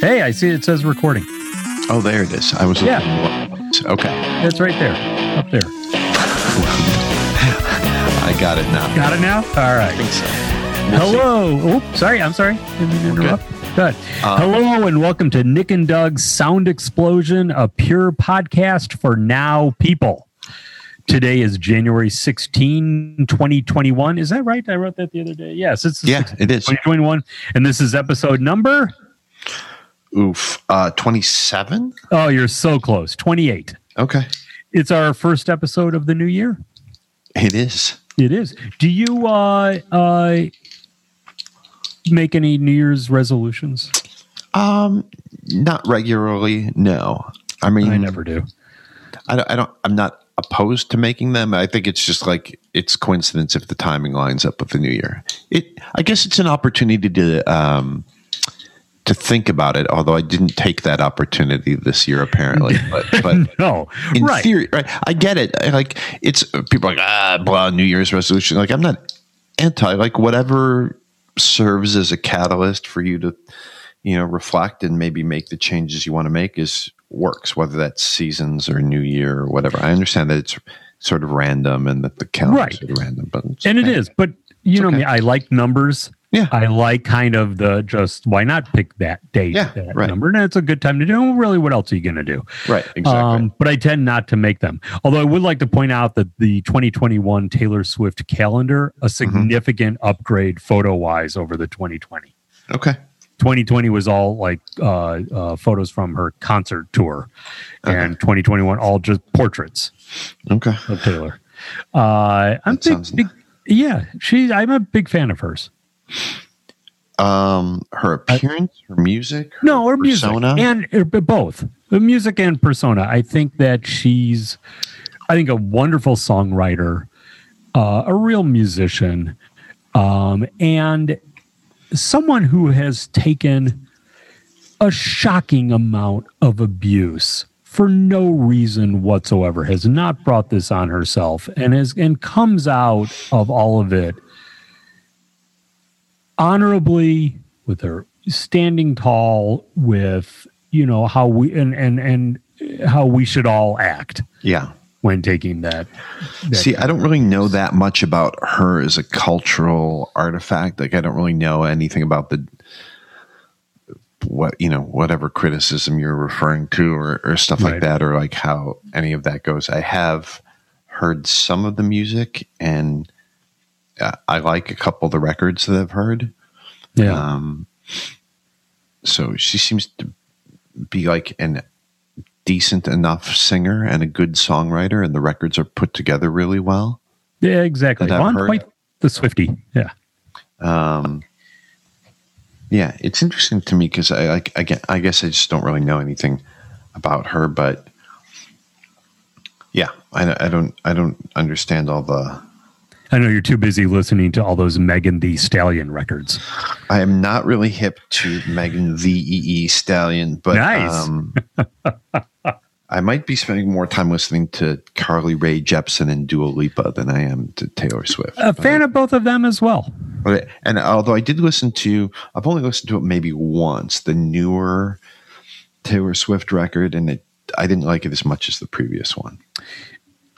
Hey, I see it says recording. Oh, there it is. I was Yeah. looking. Okay. It's right there, up there. I got it now. Got it now? All right. Hello. Oop, sorry, I'm sorry. Didn't mean to We're good. interrupt. Good. Uh, Hello and welcome to Nick and Doug's Sound Explosion, a pure podcast for now people. Today is January 16, 2021. Is that right? I wrote that the other day. Yes, it's the Yeah, 16th, it is. 2021. And this is episode number. Oof. Uh, 27? Oh, you're so close. 28. Okay. It's our first episode of the new year. It is. It is. Do you uh, uh, make any New Year's resolutions? Um, not regularly. No. I mean, I never do. I don't, I don't, I'm not opposed to making them. I think it's just like it's coincidence if the timing lines up with the new year. It, I guess it's an opportunity to, um, to think about it, although I didn't take that opportunity this year apparently. But, but No, in right? theory, right? I get it. I- Like it's people are like ah blah New Year's resolution. Like I'm not anti. Like whatever serves as a catalyst for you to you know reflect and maybe make the changes you want to make is works. Whether that's seasons or New Year or whatever. I understand that it's sort of random and that the calendar Right. is sort of random, but it's and it okay. is. But you know okay. me, I like numbers. Yeah. I like kind of the just why not pick that date, Yeah, that right. number, and it's a good time to do. Really, what else are you going to do? right. Exactly. Um, but I tend not to make them. Although I would like to point out that the 2021 Taylor Swift calendar Mm-hmm. a significant upgrade photo wise over the 2020. okay. 2020 was all like uh, uh, photos from her concert tour, and 2021 all just portraits Okay. of Taylor. Uh, I'm big, That sounds big- yeah, she. I'm a big fan of hers. Um, her I- appearance, her music, her No, her persona. music and er, but both the music and persona. I think that she's, I think, a wonderful songwriter, uh, a real musician, um, and someone who has taken a shocking amount of abuse for no reason whatsoever has not brought this on herself and has and comes out of all of it honorably with her standing tall with you know how we and and and how we should all act yeah. when taking that, that See, I don't really know that much about her as a cultural artifact. Like, I don't really know anything about the what you know, whatever criticism you're referring to, or, or stuff Right. like that, or like how any of that goes. I have heard some of the music, and uh, I like a couple of the records that I've heard. yeah Um, so she seems to be like an decent enough singer and a good songwriter, and the records are put together really well. yeah exactly that I've on heard. quite the swifty yeah um yeah it's interesting to me because i like i get i guess i just don't really know anything about her but yeah i, I don't i don't understand all the I know you're too busy listening to all those Megan the Stallion records. i am not really hip to megan the ee stallion but Nice. um I might be spending more time listening to Carly Rae Jepsen and Dua Lipa than I am to Taylor Swift. A fan of both of them as well. Okay. And although I did listen to, I've only listened to it maybe once, the newer Taylor Swift record, and it, I didn't like it as much as the previous one.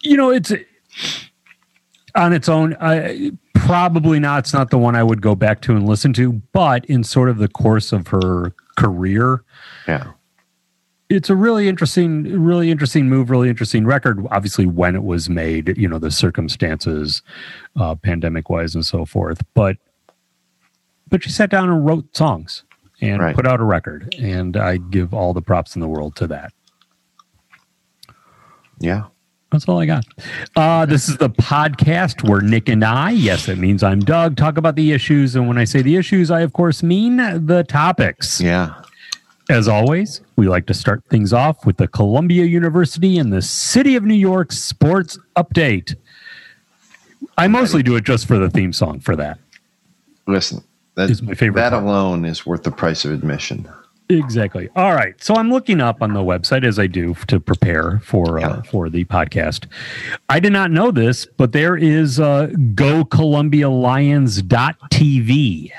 You know, it's on its own. I, probably not. It's not the one I would go back to and listen to. But in sort of the course of her career, Yeah. it's a really interesting, really interesting move, really interesting record. Obviously, when it was made, you know, the circumstances, uh, pandemic wise, and so forth. But but she sat down and wrote songs and Right. put out a record, and I give all the props in the world to that. Yeah. That's all I got. Uh, this is the podcast where Nick and I, yes, it means I'm Doug, talk about the issues. And when I say the issues, I, of course, mean the topics. Yeah. As always, we like to start things off with the Columbia University and the City of New York Sports Update. I mostly do it just for the theme song for that. Listen, that, It's my favorite that part. alone is worth the price of admission. Exactly. All right. So I'm looking up on the website as I do to prepare for uh, Yeah. for the podcast. I did not know this, but there is uh, GoColumbiaLions.tv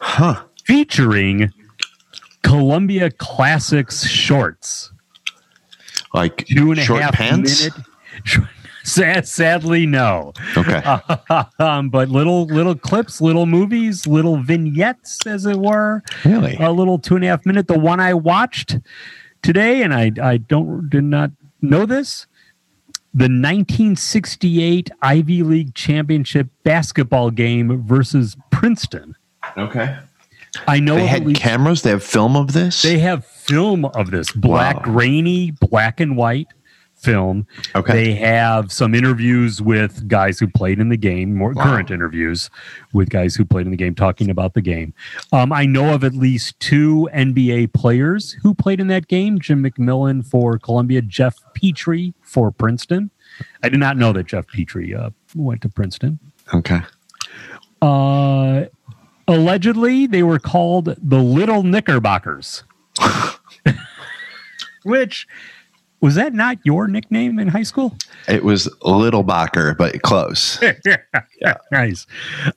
Huh. featuring Columbia Classics shorts. Like Two and a half short pants. minute. Sad, sadly, no. Okay. um, but little little clips, little movies, little vignettes, as it were. really? A little two and a half minute. The one I watched today, and I I don't did not know this. The 1968 Ivy League championship basketball game versus Princeton. okay. I know They of at had least- cameras. They have film of this. they have film of this black, Wow. grainy, black and white film. okay. They have some interviews with guys who played in the game, more Wow. current interviews with guys who played in the game, talking about the game. Um, I know of at least two NBA players who played in that game Jim McMillan for Columbia, Jeff Petrie for Princeton. I did not know that Jeff Petrie uh, went to Princeton. okay. Uh, allegedly, they were called the Little Knickerbockers, which was that not your nickname in high school? It was Littlebacher, but close. Nice.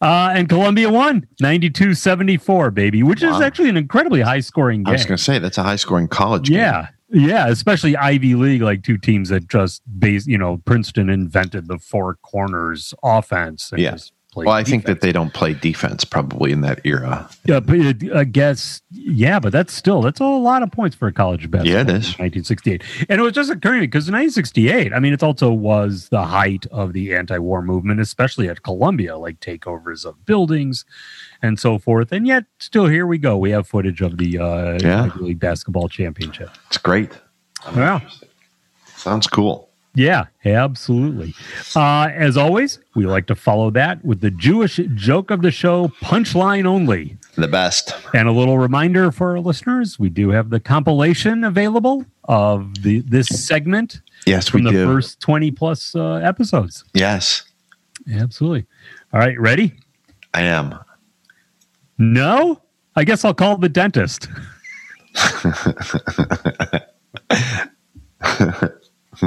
Uh, and Columbia won 92 74, baby, which is Wow. actually an incredibly high scoring I game. was going to say that's a high scoring college. game. Yeah. Yeah, especially Ivy League, like two teams that just base, you know, Princeton invented the four corners offense. And Yeah. just played Well, I think that defense. they don't play defense probably in that era. Yeah, Uh, but it, I guess yeah, but that's still that's a lot of points for a college basketball. Yeah, it is. 1968, and it was just occurring because in 1968, I mean, it also was the height of the anti-war movement, especially at Columbia, like takeovers of buildings and so forth. And yet, still here we go. We have footage of the uh, Yeah. Ivy League basketball championship. It's great. Wow. Sounds cool. Yeah, absolutely. Uh, as always, we like to follow that with the Jewish joke of the show, punchline only. The best. And a little reminder for our listeners: we do have the compilation available of the this segment Yes, we from the do. first twenty plus uh, episodes. yes, Absolutely. All right, ready? I am. No, I guess I'll call the dentist.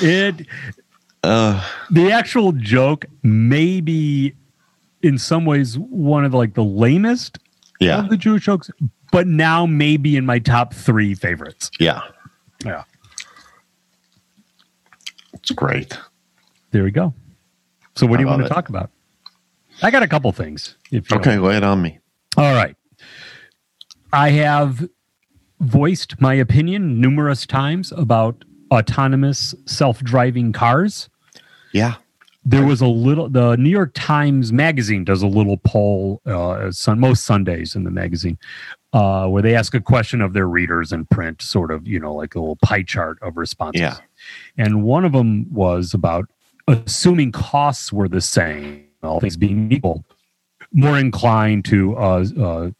it Uh, the actual joke may be in some ways one of like the lamest yeah, of the Jewish jokes, but now maybe in my top three favorites. yeah. Yeah. It's great. There we go. So, what I do you love want to it. talk about? I got a couple things. If you Okay, lay it on me. don't- All right. I have voiced my opinion numerous times about autonomous self driving cars. Yeah. There was a little, the New York Times Magazine does a little poll uh, sun, most Sundays in the magazine uh, where they ask a question of their readers and print sort of, you know, like a little pie chart of responses. Yeah. And one of them was about assuming costs were the same, all things being equal, more inclined to uh, uh,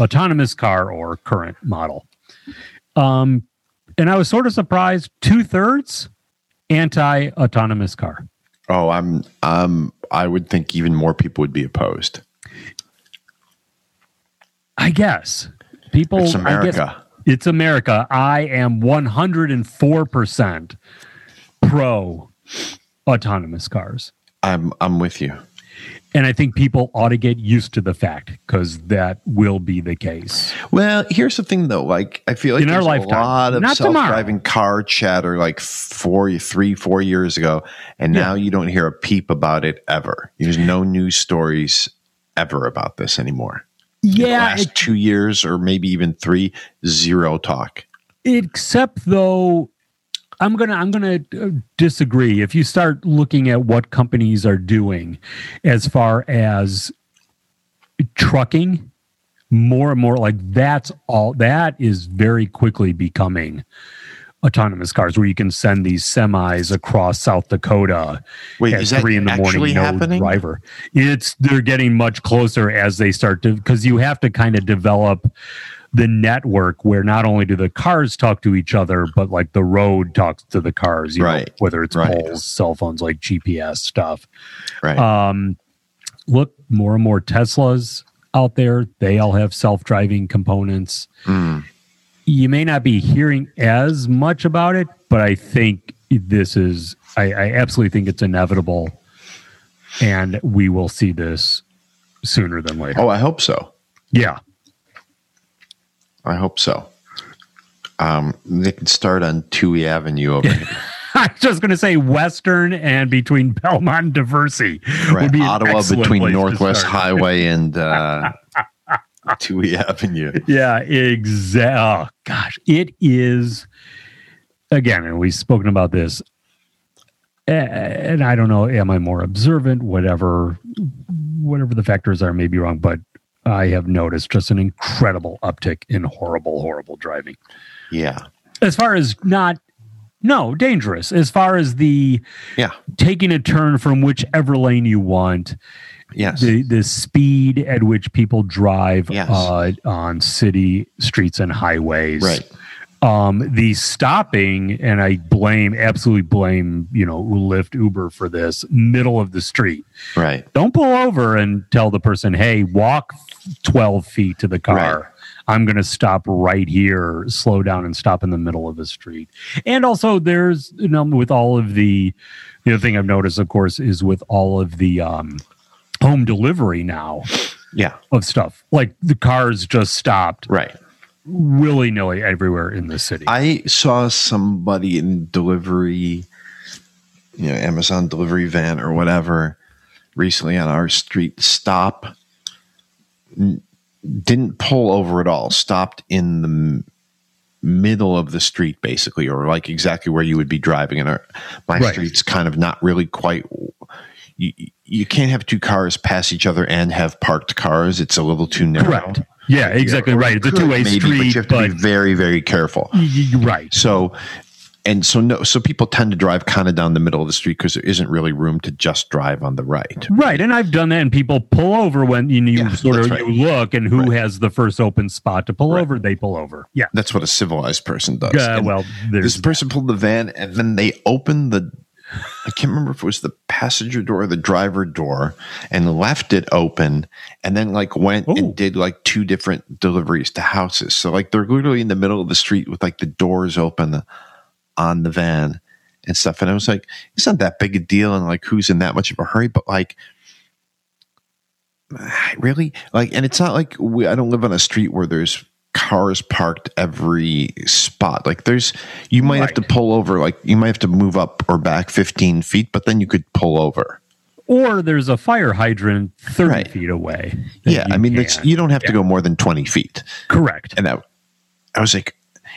autonomous car or current model. Um, and I was sort of surprised. Two thirds anti-autonomous car. Oh, I'm. Um, I would think even more people would be opposed. I guess people. It's I guess- America. it's America. I am one hundred and four percent pro autonomous cars. I'm. I'm with you. And I think people ought to get used to the fact because that will be the case. Well, here's the thing, though. Like, I feel like In our there's lifetime. a lot of Not tomorrow. self-driving car chatter, like four, three, four years ago, and now you don't hear a peep about it ever. There's no news stories ever about this anymore. In the Yeah, last two years or maybe even three, zero talk. except though I'm gonna I'm gonna uh, disagree. If you start looking at what companies are doing as far as trucking, more and more like that's all that is very quickly becoming autonomous cars where you can send these semis across South Dakota Wait, at is that three in the actually morning, happening? no driver. It's they're getting much closer as they start to because you have to kind of develop the network where not only do the cars talk to each other, but like the road talks to the cars, you know, Right. whether it's Right. poles, cell phones, like GPS stuff. Right. Um, look, more and more Teslas out there. They all have self-driving components Mm. you may not be hearing as much about it, but I think this is, I, I absolutely think it's inevitable. And we will see this sooner than later. Oh, I hope so. Yeah. I hope so. Um, they can start on Tui Avenue over here. I was just going to say Western and between Belmont and Diversey Right. would be an Ottawa excellent between place to Northwest start. Highway and uh, Tui Avenue. Yeah, exactly. Oh, gosh, it is. Again, and we've spoken about this. a- And I don't know, am I more observant? Whatever, whatever the factors are, may be wrong, but I have noticed just an incredible uptick in horrible, horrible driving. Yeah. As far as not, no, dangerous. As far as the Yeah. taking a turn from whichever lane you want, Yes. the the speed at which people drive Yes. uh, on city streets and highways. right. Um, the stopping, and I blame absolutely blame you know Lyft, Uber for this middle of the street. Right. Don't pull over and tell the person, "Hey, walk twelve feet to the car." Right. I'm going to stop right here, slow down, and stop in the middle of the street. And also, there's you know, with all of the the other thing I've noticed, of course, is with all of the um, home delivery now Yeah. of stuff. Like the cars just stopped Right. willy nilly everywhere in the city. I saw somebody in delivery, you know, Amazon delivery van or whatever recently on our street stop. n- Didn't pull over at all, stopped in the m- middle of the street basically, or like exactly where you would be driving. And our, my Right. street's kind of not really quite. You, you can't have two cars pass each other and have parked cars. It's a little too narrow. Correct. Yeah, exactly Or right. you It's a could two way maybe, But you street, have to but, be very, very careful. y- y- right. So, and so no, so people tend to drive kind of down the middle of the street because there isn't really room to just drive on the right. Right, and I've done that, and people pull over when you, you Yeah, sort of that's right. you look, and who Right. has the first open spot to pull Right. over, they pull over. Yeah, That's what a civilized person does. uh, And well, this there's person pulled the van, and then they opened the. I can't remember if it was the passenger door or the driver door, and left it open, and then like went Oh. and did like two different deliveries to houses. So like they're literally in the middle of the street with like the doors open on the van and stuff. And I was like, it's not that big a deal, and like who's in that much of a hurry? But like, really, like, and it's not like we, I don't live on a street where there's cars parked every spot. Like there's, you might have Right. to pull over, like you might have to move up or back 15 feet, but then you could pull over. or there's a fire hydrant thirty Right. feet away. that Yeah. I mean, it's, can- you don't have to yeah. go more than 20 feet. correct. and I, I was like,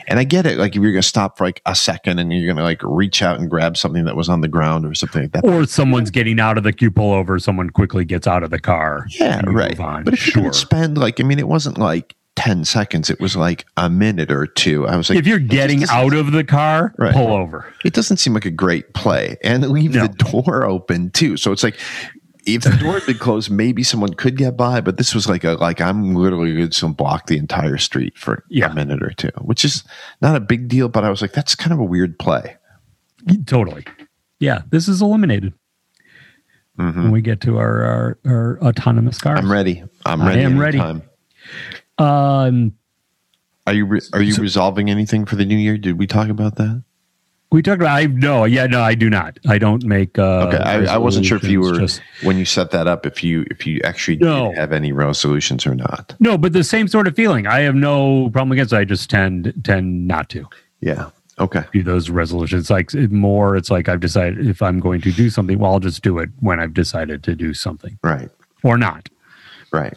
and I get it. Like if you're gonna stop for like a second and you're gonna like reach out and grab something that was on the ground or something like that. Or someone's getting out of the you pull over, someone quickly gets out of the car. yeah, you right. move on, But if you're sure. gonna spend like, I mean, it wasn't like ten seconds. It was like a minute or two. I was like, if you're getting doesn't- out of the car, Right. pull over. it doesn't seem like a great play, and leave No. the door open too. So it's like. If the door had been closed, maybe someone could get by, but this was like a like I'm literally going to block the entire street for Yeah. a minute or two, which is not a big deal. But I was like, that's kind of a weird play. Totally. Yeah, this is eliminated Mhm. when we get to our our, our autonomous cars. I'm ready. I'm I ready. am ready. anytime. Um, Are you re- are you resolving anything for the new year? Did we talk about that? We talked about I no, yeah, no, I do not. I don't make uh Okay, I, I wasn't sure if you were resolutions, just- when you set that up. If you if you actually No. did have any resolutions or not? No, but the same sort of feeling. I have no problem against it. I just tend tend not to Yeah. Okay. do those resolutions. Like it more it's like I've decided if I'm going to do something, well I'll just do it when I've decided to do something Right. or not. Right.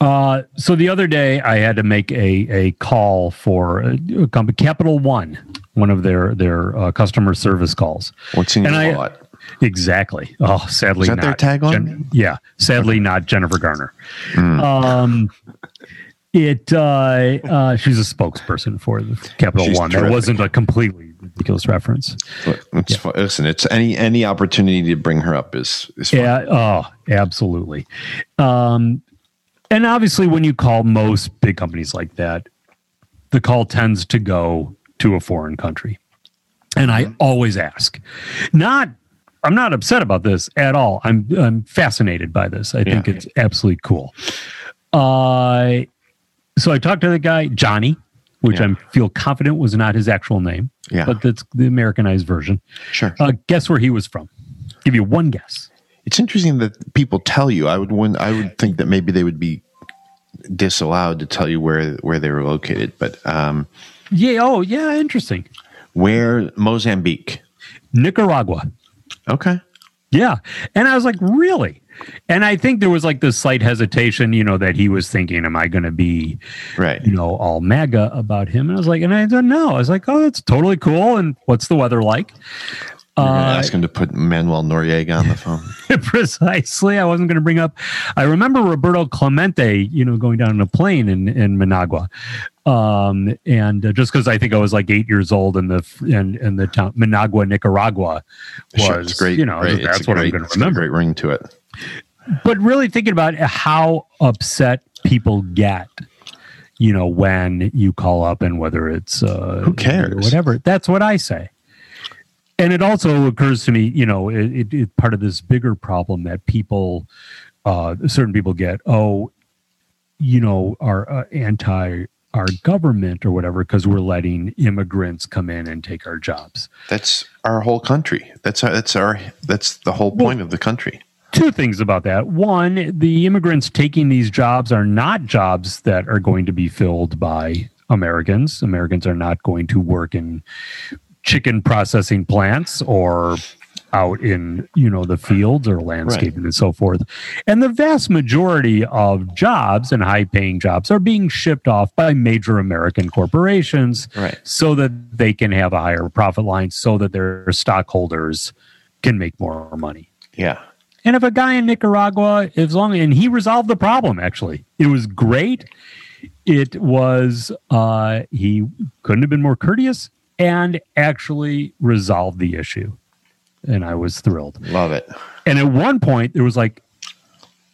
Uh so the other day I had to make a a call for a, a company Capital One, one of their their uh, customer service calls. What's in And your I- wallet? Exactly. Oh, sadly Is that their not. tagline? Hmm. yeah, sadly not Jennifer Garner. Um, it uh, uh, she's a spokesperson for the Capital She's One. That terrific. wasn't a completely ridiculous reference. Look, it's fu- Listen, it's any any opportunity to bring her up is is fun. Yeah. Oh, absolutely. Um, and obviously, when you call most big companies like that, the call tends to go to a foreign country. And Mm-hmm. I always ask, not, I'm not upset about this at all. I'm, I'm fascinated by this. I think Yeah. it's absolutely cool. Uh, so I talked to the guy, Johnny, which Yeah. I feel confident was not his actual name, Yeah. but that's the Americanized version. sure. Uh, guess where he was from? Give you one guess. It's interesting that people tell you. I would win, I would think that maybe they would be disallowed to tell you where where they were located, but um, Yeah. Oh, yeah. Interesting. where Mozambique? Nicaragua. Okay, Yeah. And I was like, really? And I think there was like this slight hesitation, you know, that he was thinking, am I going to be, right. you know, all MAGA about him? And I was like, and I don't know. I was like, oh, that's totally cool. And what's the weather like? You're gonna Uh, ask him to put Manuel Noriega on the phone. precisely. I wasn't going to bring up. I remember Roberto Clemente, you know, going down in a plane in in Managua, um, and uh, just because I think I was like eight years old, and the f- and and the town Managua, Nicaragua, was Sure, it's great. You know, right, that's it's a what I'm great- going to it's got a remember. Great ring to it. But really thinking about how upset people get. You know when you call up and whether it's uh, Who cares? or whatever. That's what I say. And it also occurs to me, you know, it, it, it part of this bigger problem that people, uh, certain people get, oh, you know, are uh, anti our government or whatever because we're letting immigrants come in and take our jobs. That's our whole country. That's our, that's our that's the whole point of the country. Two things about that. One, the immigrants taking these jobs are not jobs that are going to be filled by Americans. Americans are not going to work in chicken processing plants or out in you know the fields or landscaping and so forth and the vast majority of jobs and high paying jobs are being shipped off by major american corporations Right. so that they can have a higher profit line so that their stockholders can make more money Yeah. and if a guy in Nicaragua, as long and he resolved the problem, actually, it was great. It was uh, he couldn't have been more courteous and actually resolved the issue, and I was thrilled. Love it. And at one point, there was like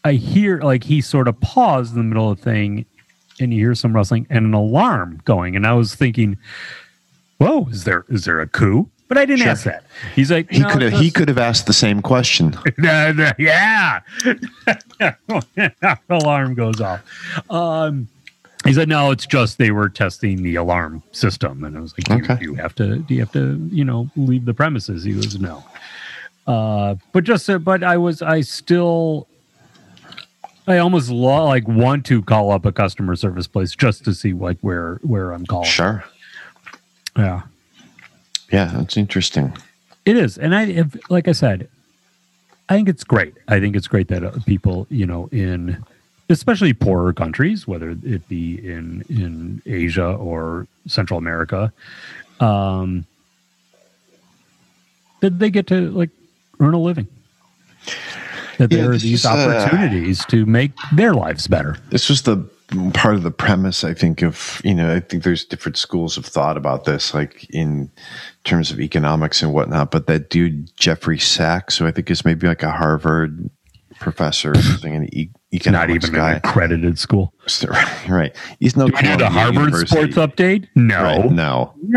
I hear like he sort of paused in the middle of the thing, and you hear some rustling and an alarm going, and I was thinking, "Whoa, is there is there a coup?" But I didn't Sure. ask that. He's like He "No, could have just- he could have asked the same question. no, no, yeah. alarm goes off. Um, he said, "No, it's just they were testing the alarm system." And I was like, "You, Okay. you have to, do you have to, you know, leave the premises?" He goes, "No." Uh, but just, uh, but I was, I still, I almost lo- like want to call up a customer service place just to see what where where I'm calling. Sure. Yeah. Yeah, that's interesting. It is, and I if, like I said, I think it's great. I think it's great that uh, people, you know, in especially poorer countries, whether it be in in Asia or Central America, um, that they get to like earn a living. That Yeah, there are this these is, uh, opportunities to make their lives better. This was the part of the premise I think of, you know, I think there's different schools of thought about this, like in terms of economics and whatnot. But that dude Jeffrey Sachs, who I think is maybe like a Harvard professor or something, an e- Not economics even an guy. accredited school. right. He's no Do I do the Columbia Harvard University. sports update? No. Right,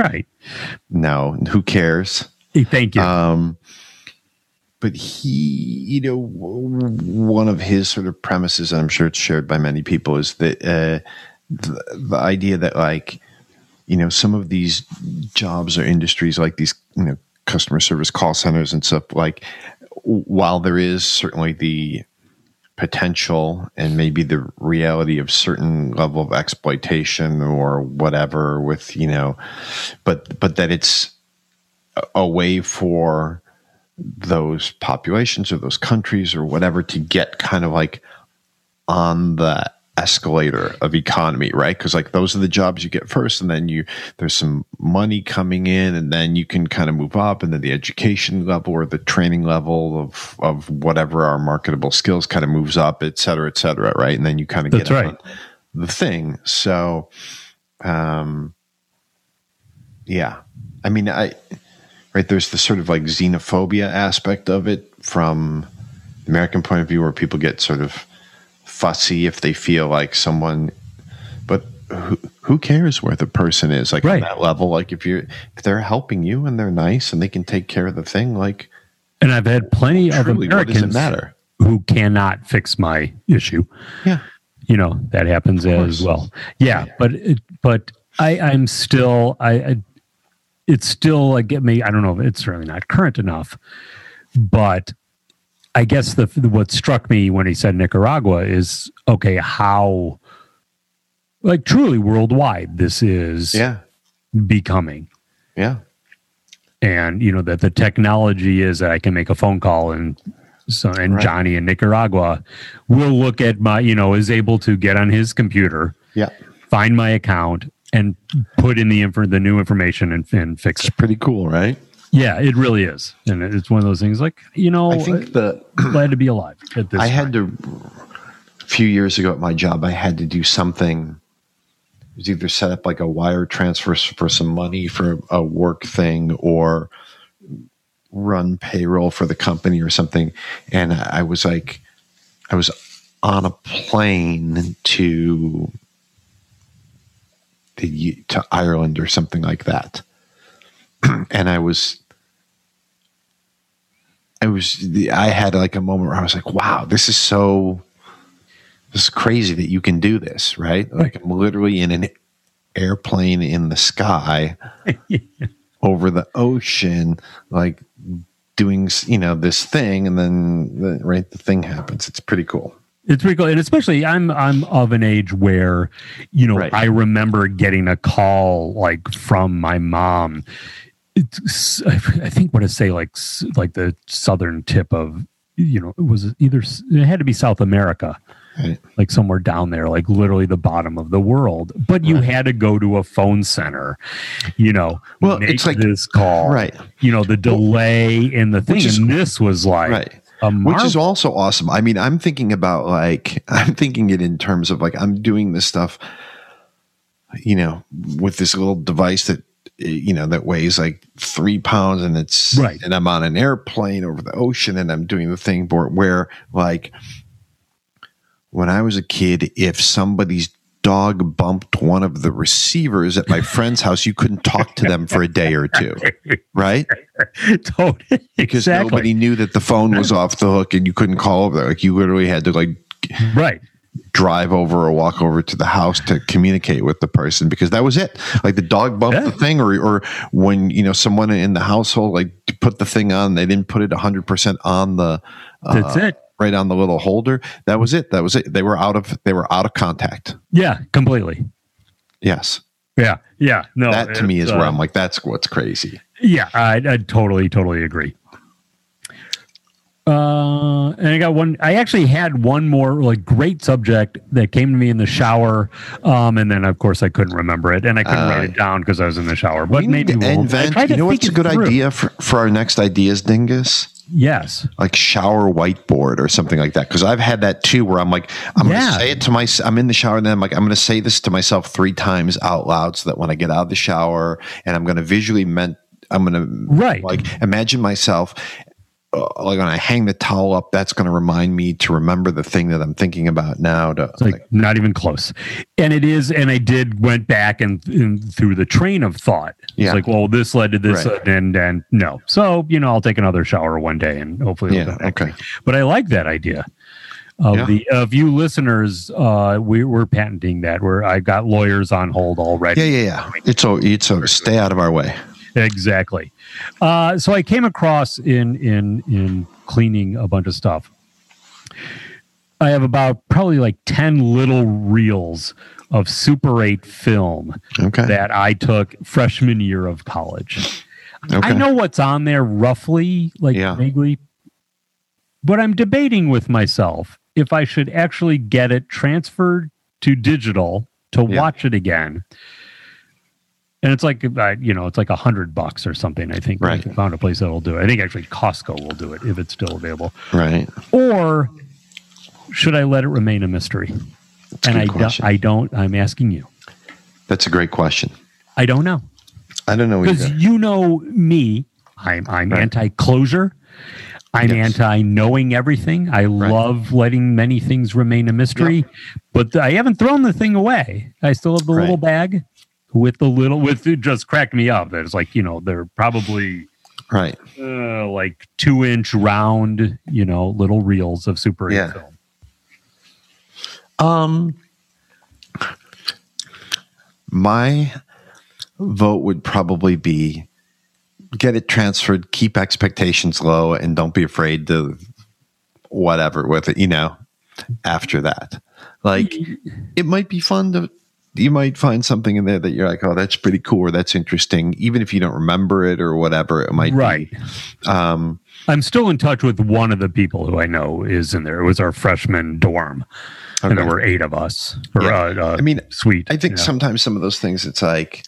Right. no, no. Who cares? Hey, Thank you. Um, but he, you know, w- one of his sort of premises, and I'm sure it's shared by many people, is that uh, the, the idea that like, you know, some of these jobs or industries, like these, you know, customer service call centers and stuff, like, while there is certainly the potential and maybe the reality of certain level of exploitation or whatever with you know but but that it's a way for those populations or those countries or whatever to get kind of like on the escalator of economy right because like those are the jobs you get first and then you there's some money coming in and then you can kind of move up and then the education level or the training level of of whatever our marketable skills kind of moves up et cetera et cetera right and then you kind of That's get right. on the thing so um yeah i mean i right there's the sort of like xenophobia aspect of it from the american point of view where people get sort of fussy if they feel like someone but who, who cares where the person is like on Right. that level like if you're if they're helping you and they're nice and they can take care of the thing like and I've had plenty of truly what does it Americans matter who cannot fix my issue. yeah You know that happens course. as well. Yeah, but it, but I I'm still I, I it's still like get me. I don't know. if It's certainly not current enough, but I guess the what struck me when he said Nicaragua is okay. How like truly worldwide this is Yeah. becoming Yeah. and you know that the technology is that I can make a phone call and so and Right. Johnny in Nicaragua will look at my you know is able to get on his computer Yeah. find my account and put in the info the new information and, and fix It's it pretty cool, right? yeah it really is and it's one of those things like you know I think the glad to be alive at this I had to a few years ago at my job. I had to do something. It was either set up like a wire transfer s- for some money for a work thing, or run payroll for the company or something. And I was like, I was on a plane to the U- to Ireland or something like that, and I was I was I had like a moment where I was like, wow, this is so this is crazy that you can do this, right? Like I'm literally in an airplane in the sky over the ocean, like doing you know this thing, and then the, right the thing happens. It's pretty cool. It's pretty cool, and especially I'm I'm of an age where, you know, Right. I remember getting a call like from my mom. It's, I think what to say like s- like the southern tip of you know it was either s- it had to be South America, Right. like somewhere down there, like literally the bottom of the world. But you Right. had to go to a phone center, you know. Well, make it's like- this call, Right, You know, the delay in the thing, is- and this was like right. a Which is marvel. also awesome. I mean, I'm thinking about like I'm thinking it in terms of like I'm doing this stuff, you know, with this little device that eh, you know that weighs like three pounds and it's Right. and I'm on an airplane over the ocean and I'm doing the thing where, where like when I was a kid, if somebody's dog bumped one of the receivers at my friend's house, you couldn't talk to them for a day or two, right? totally because exactly nobody knew that the phone was off the hook and you couldn't call over there. Like you literally had to like right. drive over or walk over to the house to communicate with the person because that was it. Like the dog bumped Yeah. the thing, or or when you know someone in the household like put the thing on, they didn't put it hundred percent on the. uh, That's it. Right on the little holder. That was it. That was it. They were out of they were out of contact. Yeah, completely. Yes, Yeah, yeah. No, that to me it's, is where uh, I'm like, that's what's crazy. Yeah, I, I totally, totally agree. Uh, and I got one. I actually had one more like great subject that came to me in the shower, um, and then of course I couldn't remember it, and I couldn't Uh, write it down because I was in the shower. But We need maybe to we'll, I invent. tried to You know think what's a it good through. idea for, for our next ideas, Dingus? Yes, like shower whiteboard or something like that because i've had that too where i'm like i'm Yeah. gonna say it to myself i'm in the shower and then i'm like i'm gonna say this to myself three times out loud so that when i get out of the shower and i'm gonna visually meant i'm gonna Right. like imagine myself uh, like when i hang the towel up that's gonna remind me to remember the thing that i'm thinking about now to It's like not even close. And it is, and I did went back and, and through the train of thought. Yeah. It's like, well, this led to this, Right. and and no. So you know, I'll take another shower one day, and hopefully, it'll yeah go back. okay But I like that idea. Of Yeah. the of you listeners, uh, we we're patenting that. Where I got lawyers on hold already. yeah yeah yeah it's so it's so stay out of our way Exactly. Uh, so I came across in in in cleaning a bunch of stuff. I have about probably like ten little reels of Super Eight film okay that I took freshman year of college. okay I know what's on there roughly, like Yeah. vaguely, but I'm debating with myself if I should actually get it transferred to digital to Yeah. watch it again. And it's like uh, you know, it's like a hundred bucks or something. I think Right. I found a place that will do it. I think actually Costco will do it if it's still available. right Or should I let it remain a mystery? a and good I, do, question. I don't. I'm asking you. that's a great question I don't know. i don't know because either. you know me i'm i'm Right. anti closure i'm Yes. anti knowing everything i love letting many things remain a mystery but i haven't thrown the thing away i still have the Right. little bag with the little with it just cracked me up it's like you know they're probably right uh, like two inch round you know little reels of super Yeah. yeah. film Um, my vote would probably be get it transferred, keep expectations low, and don't be afraid to Hmm. whatever with it. You know, after that, like it might be fun to you might find something in there that you're like, oh, that's pretty cool, or that's interesting, even if you don't remember it or whatever it might Right. be. Um, I'm still in touch with one of the people who I know is in there. It was our freshman dorm, and there okay. were eight of us. Or, Yeah. uh, uh, I mean, suite. I think yeah. sometimes some of those things, it's like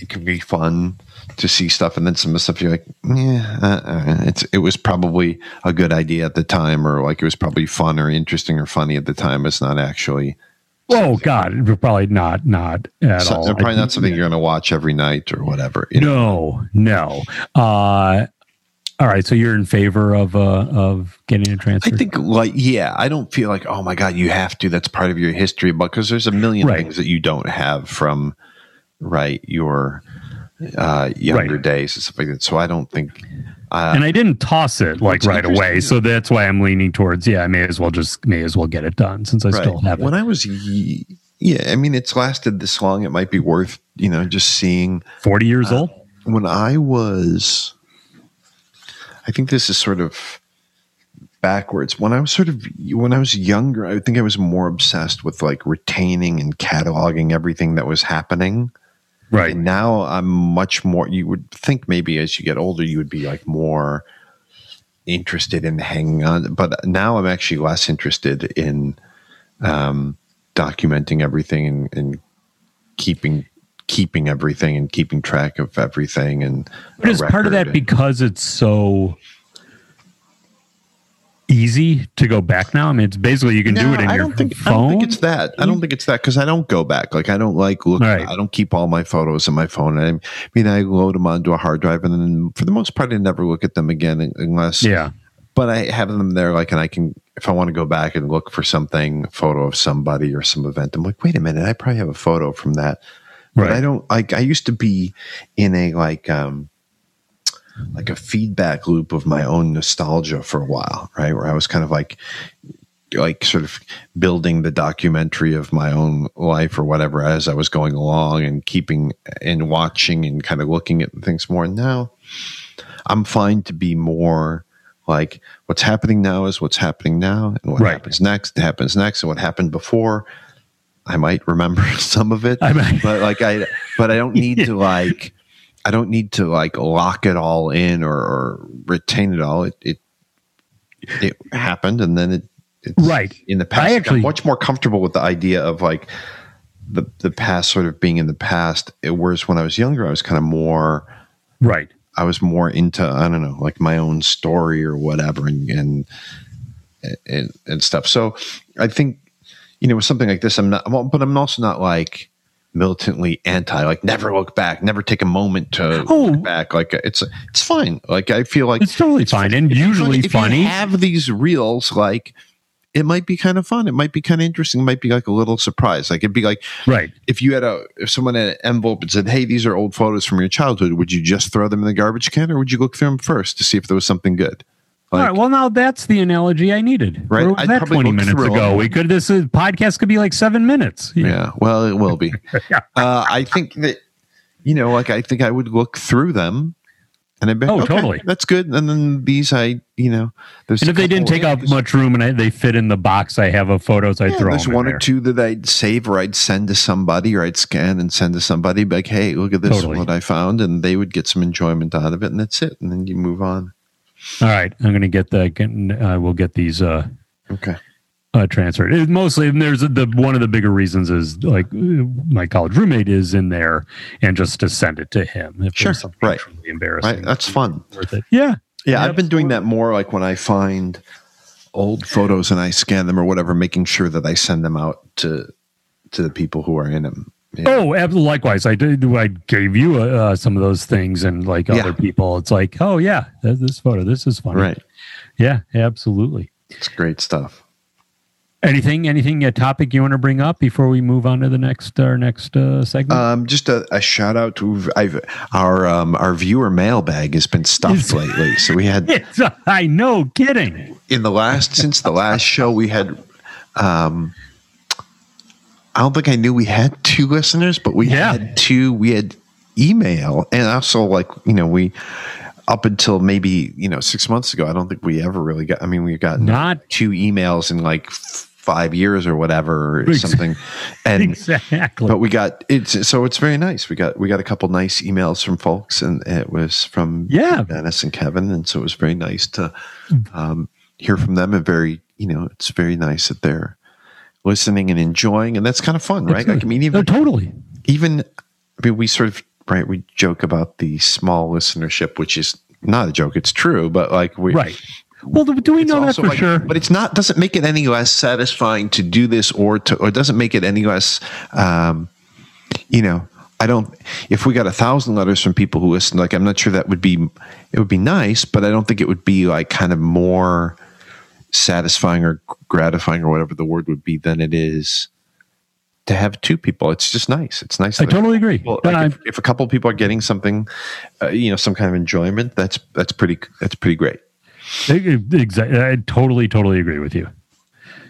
it can be fun to see stuff, and then some of the stuff you're like, yeah, uh, uh, it's it was probably a good idea at the time, or like it was probably fun or interesting or funny at the time. It's not actually Oh God, probably not. Not at so- all. probably I not think- something you're going to watch every night or whatever. You know? No, no. Uh, all right. So you're in favor of uh, of getting a transfer? I think like yeah, I don't feel like oh my god, you have to. That's part of your history, but because there's a million Right. things that you don't have from right your uh, younger Right. days and stuff like that. So I don't think uh, and I didn't toss it like It's right away. interesting. So that's why I'm leaning towards. Yeah, I may as well just may as well get it done since I still have when it I was ye- yeah, I mean it's lasted this long. It might be worth you know just seeing 40 years old. when I was, I think this is sort of backwards. When I was sort of when I was younger, I think I was more obsessed with like retaining and cataloging everything that was happening. Right. And now I'm much more. You would think maybe as you get older, you would be like more interested in hanging on, but now I'm actually less interested in um, documenting everything and, and keeping keeping everything and keeping track of everything and But a is part of record that and- because it's so easy to go back now? I mean, it's basically you can do it in I your don't think, phone. I don't think it's that. I don't think it's that because I don't go back. Like I don't like look. All right. I don't keep all my photos in my phone. I mean, I load them onto a hard drive, and then for the most part, I never look at them again unless. yeah. But I have them there, like, and I can if I want to go back and look for something, a photo of somebody or some event. I'm like, wait a minute, I probably have a photo from that. Right. But I don't like. I used to be in a like. um like a feedback loop of my own nostalgia for a while, right? Where I was kind of like like sort of building the documentary of my own life or whatever as I was going along and keeping and watching and kind of looking at things more. And now I'm fine to be more like what's happening now is what's happening now and what Right. happens next happens next and what happened before. I might remember some of it, I might- but like I, but I don't need to like I don't need to like lock it all in or, or retain it all. It, it it happened, and then it it's Right. in the past. I I'm actually- much more comfortable with the idea of like the the past sort of being in the past. It, whereas when I was younger, I was kind of more Right. I was more into I don't know like my own story or whatever and and and, and stuff. So I think you know with something like this, I'm not, well, but I'm also not like militantly anti like never look back never take a moment to Oh. look back like it's it's fine like i feel like It's totally fine and if you- usually if you funny. have these reels like it might be kind of fun it might be kind of interesting it might be like a little surprise like it'd be like right. if you had a if someone had an envelope and said, "Hey, these are old photos from your childhood," would you just throw them in the garbage can, or would you look through them first to see if there was something good? All Like- right. Well, now that's the analogy I needed. Right, Where was I'd that probably 20 look minutes through ago? them. We could, this is, podcast could be like seven minutes. Yeah, well, it will be. uh, I think that you know, like I think I would look through them, and I'd be, Oh, "Okay, totally. that's good." And then these, I you know, there's And a if they couple- didn't take up much room and I, they fit in the box I have of photos, I Yeah, throw there's them in one there. or two that I'd save or I'd send to somebody or I'd scan and send to somebody, be like, "Hey, look at this Totally. what I found," and they would get some enjoyment out of it, and that's it. And then you move on. All right. I'm going to get the, getting, uh, we'll get these, uh, Okay. uh, transferred. It mostly, and there's the one of the bigger reasons is like uh, my college roommate is in there, and just to send it to him if Sure, there's something right. truly embarrassing, Right, that's fun. worth it. Yeah, Yeah, Yeah, I've been doing that more like when I find old photos and I scan them or whatever, making sure that I send them out to to the people who are in them. Yeah. Oh, ab- likewise. I did. I gave you uh, some of those things, and like Yeah. other people, it's like, oh yeah, th- this photo, this is funny. right. Yeah, absolutely. It's great stuff. Anything, anything, a topic you want to bring up before we move on to the next our next uh, segment? Um, just a, a shout out to I've, our um, our viewer mailbag has been stuffed lately. So we had it's, I know, kidding. in the last since the last show we had. Um, I don't think I knew we had two listeners, but we Yeah. had two. We had email, and also like you know we up until maybe you know six months ago. I don't think we ever really got. I mean, we got Not two emails in like f- five years or whatever, or something. And exactly. but we got it's so it's very nice. We got we got a couple nice emails from folks, and it was from Yeah. Dennis and Kevin, and so it was very nice to um, hear from them. And very you know, it's very nice that they're listening and enjoying, and that's kind of fun, right? Like I mean, no, even totally. even I mean, we sort of right we joke about the small listenership, which is not a joke; it's true. But like we Right. Well, do do we know that also, for like, sure? But it's not doesn't make it any less satisfying to do this or to or doesn't make it any less um, you know, I don't if we got a thousand letters from people who listen, like I'm not sure that would be it would be nice, but I don't think it would be like kind of more satisfying or gratifying or whatever the word would be than it is to have two people. It's just nice. It's nice. I that- totally agree. well, but like I'm if, if a couple of people are getting something, uh, you know, some kind of enjoyment, that's that's pretty that's pretty great. exactly. I totally, totally agree with you.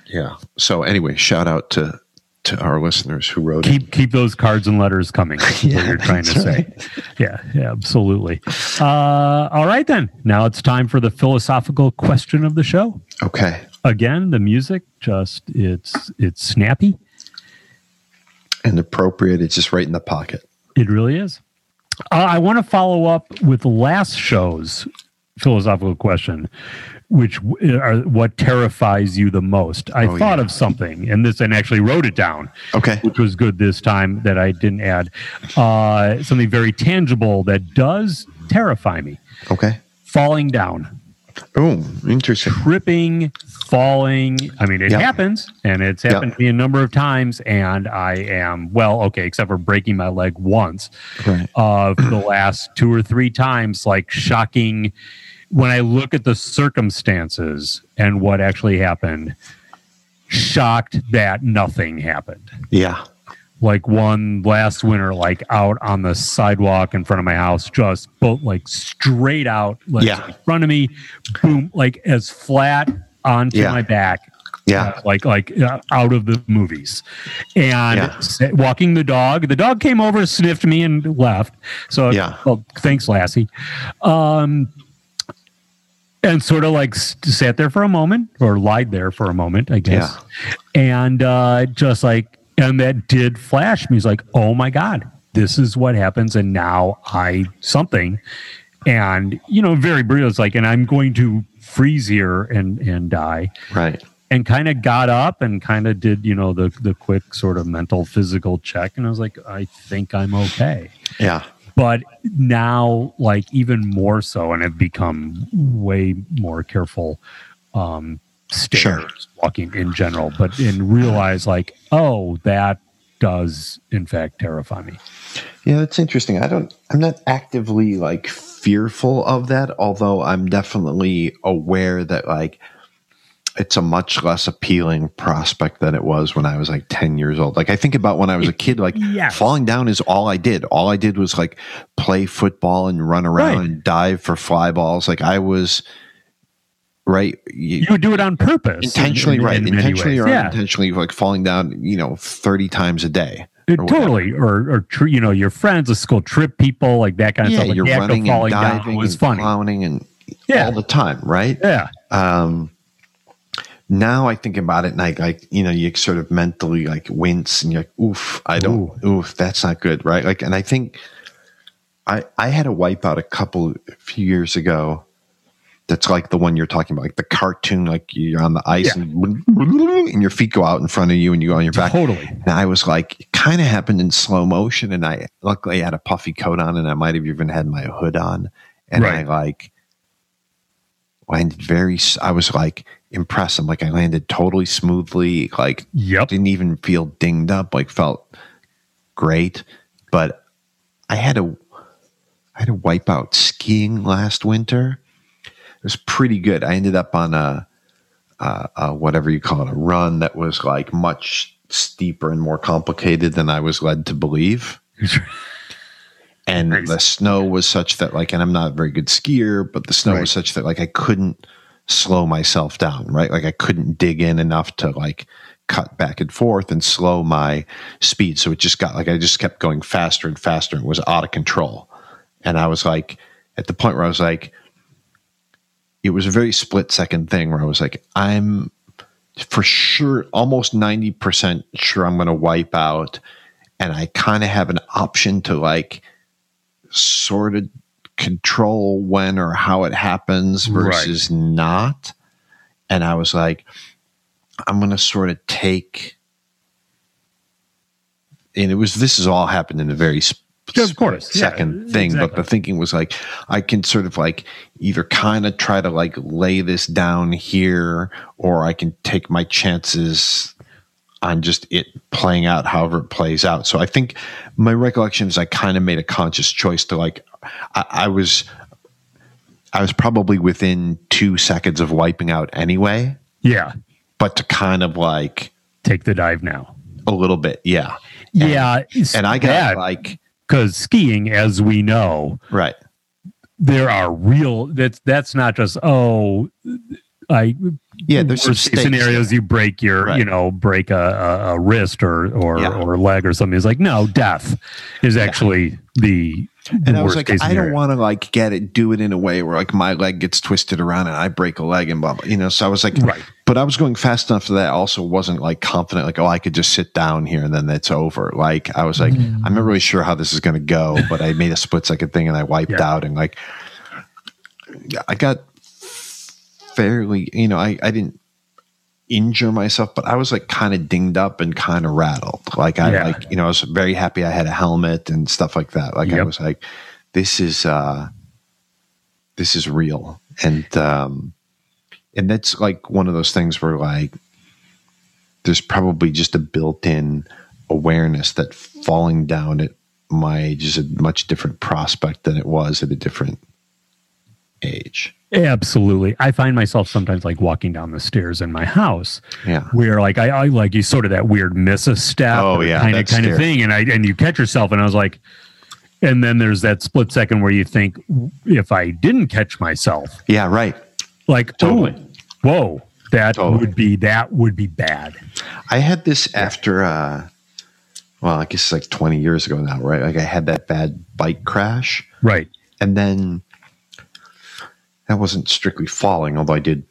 Yeah. So anyway, shout out to to our listeners who wrote Keep keep those cards and letters coming. is what you're trying to say. Yeah, yeah, absolutely. Uh, all right, then. Now it's time for the philosophical question of the show. it. Okay. Again, the music just it's it's snappy. And appropriate. It's just right in the pocket. It really is. Uh, I want to follow up with last show's philosophical question, which w- are what terrifies you the most. I Oh, thought yeah. of something and this and actually wrote it down, Okay. which was good this time that I didn't add. Uh, something very tangible that does terrify me: Okay. falling down, Oh, interesting. tripping, falling. I mean, it Yeah. happens, and it's Yeah. happened to me a number of times. And I am well, okay, except for breaking my leg once Right. of the last two or three times, like shocking when I look at the circumstances and what actually happened, shocked that nothing happened. Yeah. Like one last winter, like out on the sidewalk in front of my house, just both like straight out, like Yeah. in front of me, boom, like as flat onto Yeah. my back Yeah. uh, like like uh, out of the movies and Yeah. sa- walking the dog the dog came over sniffed me and left so Yeah. well, thanks lassie um and sort of like s- sat there for a moment or lied there for a moment i guess and uh just like and that did flash me it's like oh my god this is what happens and now i something and you know very brutal it's like and i'm going to freeze here and and die Right. and kind of got up and kind of did you know the the quick sort of mental physical check and i was like i think i'm okay Yeah. but now like even more so and i've become way more careful um stairs Sure. walking in general but and realize like oh that does in fact terrify me Yeah, that's interesting. I don't I'm not actively like fearful of that, although I'm definitely aware that like it's a much less appealing prospect than it was when I was like 10 years old. Like I think about when I was a kid like Yes. falling down is all I did. All I did was like play football and run around Right. and dive for fly balls. Like I was right you- you would do it on purpose intentionally in- in- right in many intentionally ways. or yeah unintentionally like falling down, you know, 30 times a day. or whatever. totally or or tr- you know your friends the school trip people like that kind of yeah, stuff like you're the act of running and falling diving down was and funny clowning and Yeah. all the time, right? yeah Um, now I think about it and I like, you know, you sort of mentally like wince and you're like, oof, I don't, oof, that's not good, right? Like, and I think I I had a wipeout a couple a few years ago. That's like the one you're talking about, like the cartoon, like you're on the ice and, and your feet go out in front of you and you go on your back. Totally. And I was like, it kind of happened in slow motion. And I luckily had a puffy coat on and I might have even had my hood on. And I Right. like landed very, s- I was like impressed. I'm like, I landed totally smoothly, like Yep. didn't even feel dinged up, like felt great. But I had a, I had a wipeout skiing last winter. It was pretty good. I ended up on a, uh, whatever you call it, a run that was like much steeper and more complicated than I was led to believe. And Nice. the snow was such that, like, and I'm not a very good skier, but the snow Right. was such that, like, I couldn't slow myself down, right? Like, I couldn't dig in enough to, like, cut back and forth and slow my speed. So it just got, like, I just kept going faster and faster and was out of control. And I was like, at the point where I was like, it was a very split second thing where I was like, I'm for sure, almost 90% sure I'm going to wipe out. And I kind of have an option to like sort of control when or how it happens versus not. And I was like, I'm going to sort of take. And it was this is all happened in a very sp- Yeah, of course. Yeah, second thing, but exactly. the thinking was like, I can sort of like either kind of try to like lay this down here, or I can take my chances on just it playing out however it plays out. So I think my recollection is I kind of made a conscious choice to like, I, I was, I was probably within two seconds of wiping out anyway, Yeah. but to kind of like Take the dive now. a little bit, yeah. yeah. And I got like because skiing, as we know, right, there are real. That's that's not just oh, I yeah. There's some worst case stakes. scenarios you break your Right. you know break a, a, a wrist or or Yeah. or leg or something. It's like no, death is actually the, the and I was worst like, case I scenario. don't want to like get it, do it in a way where like my leg gets twisted around and I break a leg and blah blah. You know, so I was like, Right. But I was going fast enough that I also wasn't like confident, like, oh, I could just sit down here and then it's over. Like I was like, Mm. I'm not really sure how this is going to go, but I made a split second thing and I wiped Yeah. out and like, I got fairly, you know, I I didn't injure myself, but I was like kind of dinged up and kind of rattled. Like I Yeah. like, you know, I was very happy I had a helmet and stuff like that. Like I Yep. was like, this is uh this is real. And um and that's like one of those things where like there's probably just a built-in awareness that falling down at my age is a much different prospect than it was at a different age. Absolutely, I find myself sometimes like walking down the stairs in my house Yeah. where like I, I like you sort of that weird miss a step Oh, yeah, kind of that's kind of scary. thing and I and you catch yourself and I was like and then there's that split second where you think if I didn't catch myself Yeah, right. like Totally. oh whoa that Totally. would be that would be bad I had this after, uh, well, I guess it's like 20 years ago now, right? Like I had that bad bike crash, right and then that wasn't strictly falling, although I did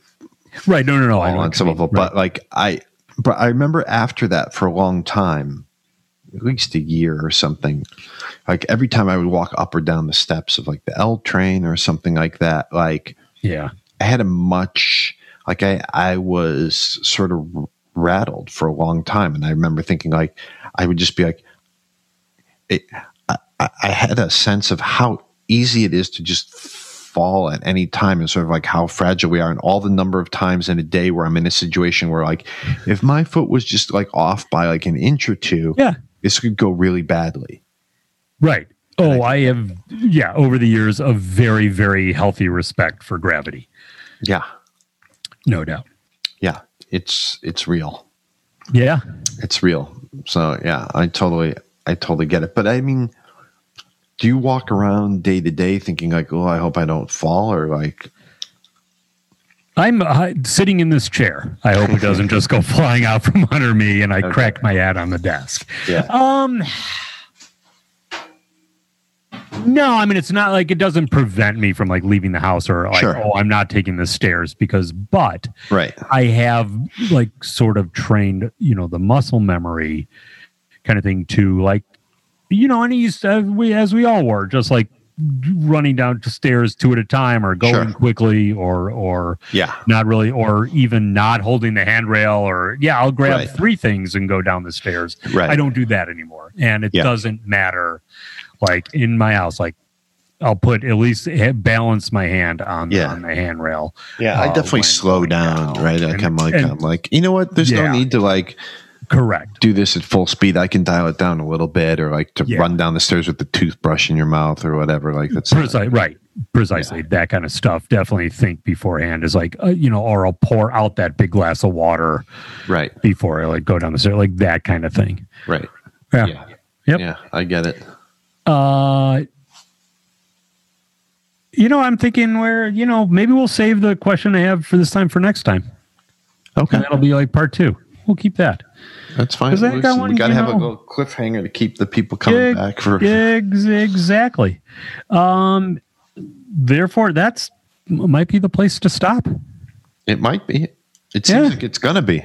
right no no no I fall know on what some you of them. mean. Right. But like I, but I remember after that for a long time, at least a year or something. Like every time I would walk up or down the steps of like the L train or something like that, like yeah I had a much like I I was sort of rattled for a long time, and I remember thinking like I would just be like, it, I, I I had a sense of how easy it is to just fall at any time and sort of like how fragile we are and all the number of times in a day where I'm in a situation where like if my foot was just like off by like an inch or two yeah this could go really badly right oh I have yeah over the years a very very healthy respect for gravity yeah no doubt yeah it's it's real yeah it's real. So yeah, I totally, I totally get it. But I mean, do you walk around day to day thinking like, oh, I hope I don't fall, or like, I'm uh, sitting in this chair. I hope it doesn't just go flying out from under me and I Okay. crack my head on the desk. Yeah. Um. No, I mean it's not like it doesn't prevent me from like leaving the house or like Sure. oh I'm not taking the stairs because but right, I have like sort of trained, you know, the muscle memory kind of thing to like, you know, and he's as we as we all were, just like running down to stairs two at a time or going Sure. quickly or or yeah, not really or even not holding the handrail or yeah, I'll grab Right. three things and go down the stairs. right, I don't do that anymore. And it Yeah. doesn't matter like in my house, like I'll put at least ha- balance my hand on, Yeah. on the handrail. yeah, I uh, definitely when- slow down, down. right? Like And- I'm like, and- I'm like, you know what? There's Yeah. no need to like Correct. do this at full speed. I can dial it down a little bit, or like to Yeah. run down the stairs with the toothbrush in your mouth or whatever. Like that's not- Precisely, right. Precisely. That kind of stuff. Definitely think beforehand is like, uh, you know, or I'll pour out that big glass of water right, before I like go down the stairs, like that kind of thing. right, Yeah. yeah, Yep. yeah, I get it. Uh, you know, I'm thinking where, you know, maybe we'll save the question I have for this time for next time. Okay, And that'll be like part two. We'll keep that. that's fine. 'Cause I Listen, got one, we got to you have a know- little cliffhanger to keep the people coming Gig- back for. Ex- exactly. Um, therefore, that's might be the place to stop. It might be. It seems Yeah. like it's gonna be.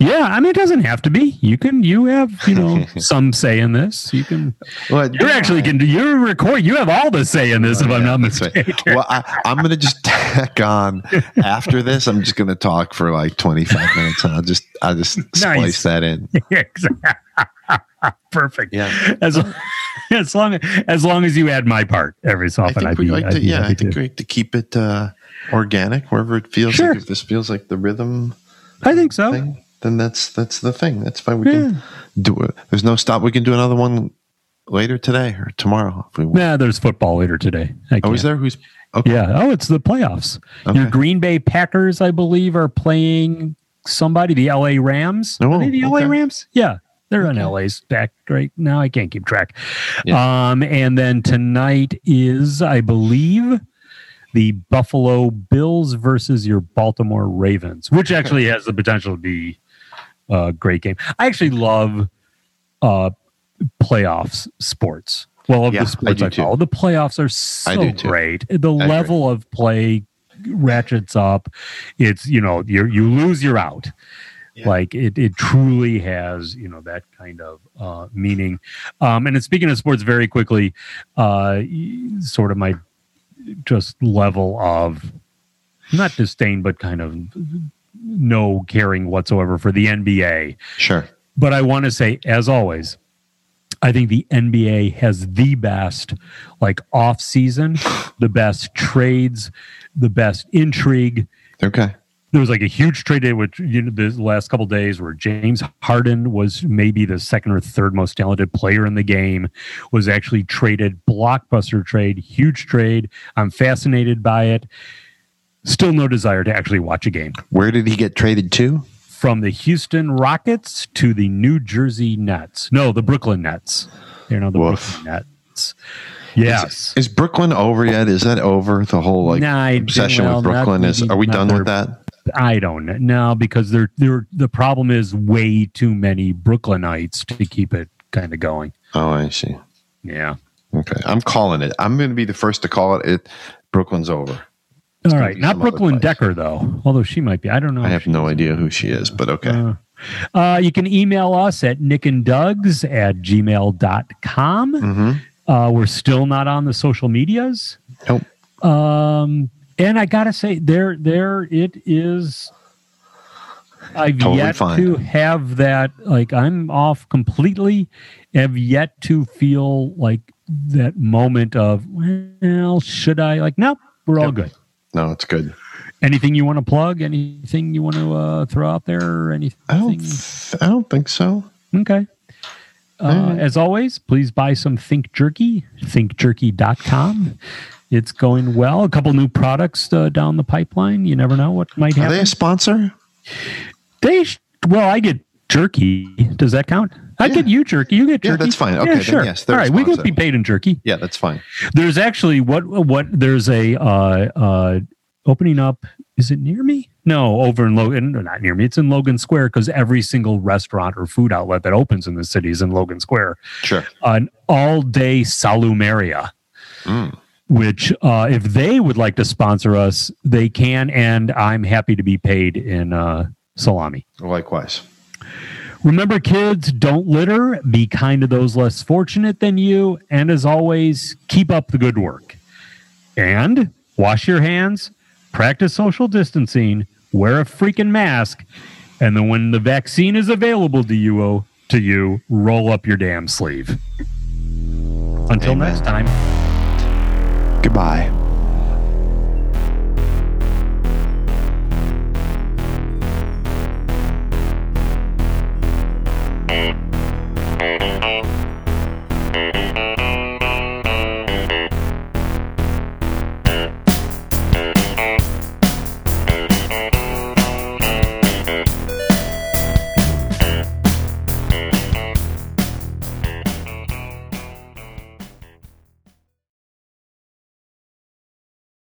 Yeah, I mean it doesn't have to be. You can you have you know some say in this. You can Well, you're actually can you record you have all the say in this if I'm not That's right. mistaken. Well, I, I'm going to just tack on after this. I'm just going to talk for like 25 minutes, and I'll just I'll just splice Nice. that in. Exactly. Perfect. Yeah. As as long as long as you add my part every so I often, think I'd we be, like I'd to, be yeah, I happy to. think we like to keep it uh, organic wherever it feels. Sure. Like if this feels like the rhythm I think so. thing, then that's that's the thing. That's fine. We Yeah. can do it. There's no stop. We can do another one later today or tomorrow if we want. Nah, there's football later today. I Oh, is can't. there? Who's okay? Yeah. Oh, it's the playoffs. Your Okay. Green Bay Packers, I believe, are playing somebody. The L.A. Rams. Oh, are they the okay. L.A. Rams? Yeah, they're on Okay. L.A.'s back right now. I can't keep track. Um, and then tonight is, I believe, the Buffalo Bills versus your Baltimore Ravens, which actually has the potential to be a great game. I actually love uh, playoffs sports. Well, of Yeah, I the sports do I, too. follow, the playoffs are so do too. great. The agree. level of play ratchets up. It's you know you you lose, you're out. Yeah. Like it, it truly has you know that kind of uh, meaning. Um, and then speaking of sports, very quickly, uh, y- sort of my just level of not disdain, but kind of no caring whatsoever for the NBA. Sure. But I want to say, as always, I think the NBA has the best like off season, the best trades, the best intrigue. Okay. There was like a huge trade day, which you know, the last couple days where James Harden was maybe the second or third most talented player in the game, was actually traded, blockbuster trade, huge trade. I'm fascinated by it. Still no desire to actually watch a game Where did he get traded to? from the Houston Rockets to the New Jersey Nets. No, the Brooklyn Nets. They're not the Woof. Brooklyn Nets. Yes. Is Brooklyn over yet? Is that over? The whole like Nah, I- obsession well, with Brooklyn not- is. Are we not done with their- that? I don't know No, because they're, they're, the problem is way too many Brooklynites to keep it kind of going. Oh, I see. Yeah. Okay, I'm calling it. I'm going to be the first to call it. It Brooklyn's over. All gonna right. be Not some other Brooklyn place. Decker, though, although she might be. I don't know. I if have she no is. idea who she is, but okay. Uh, uh, you can email us at nickanddugs at gmail.com. hmm Uh, we're still not on the social medias. Nope. Um, and I gotta say, there, there, it is. I've Totally yet fine. to have that. Like I'm off completely. Have yet to feel like that moment of well, should I? Like nope, we're all Yep. good. No, it's good. Anything you want to plug? Anything you want to uh, throw out there? Or anything? I don't. Th- I don't think so. Okay. Uh, Alright. as always, please buy some Think Jerky, thinkjerky.com. It's going well. A couple new products uh, down the pipeline. You never know what might Are they happen. a sponsor? They sh- well, I get jerky. Does that count? I Yeah. get you jerky. You get Yeah, jerky. that's fine. Okay, yeah, then sure. yes, they're All right, we sponsor. can be paid in jerky. Yeah, that's fine. There's actually what what there's a uh, uh, opening up. Is it near me? No, over in Logan. no, Not near me. It's in Logan Square because every single restaurant or food outlet that opens in the city is in Logan Square. Sure. an all day salumeria, Mm. which, uh, if they would like to sponsor us, they can. And I'm happy to be paid in uh, salami. Likewise. Remember, kids, don't litter. Be kind to those less fortunate than you. And as always, keep up the good work. And wash your hands, practice social distancing, wear a freaking mask. And then when the vaccine is available to you, to you, roll up your damn sleeve. Until Amen. next time. Goodbye.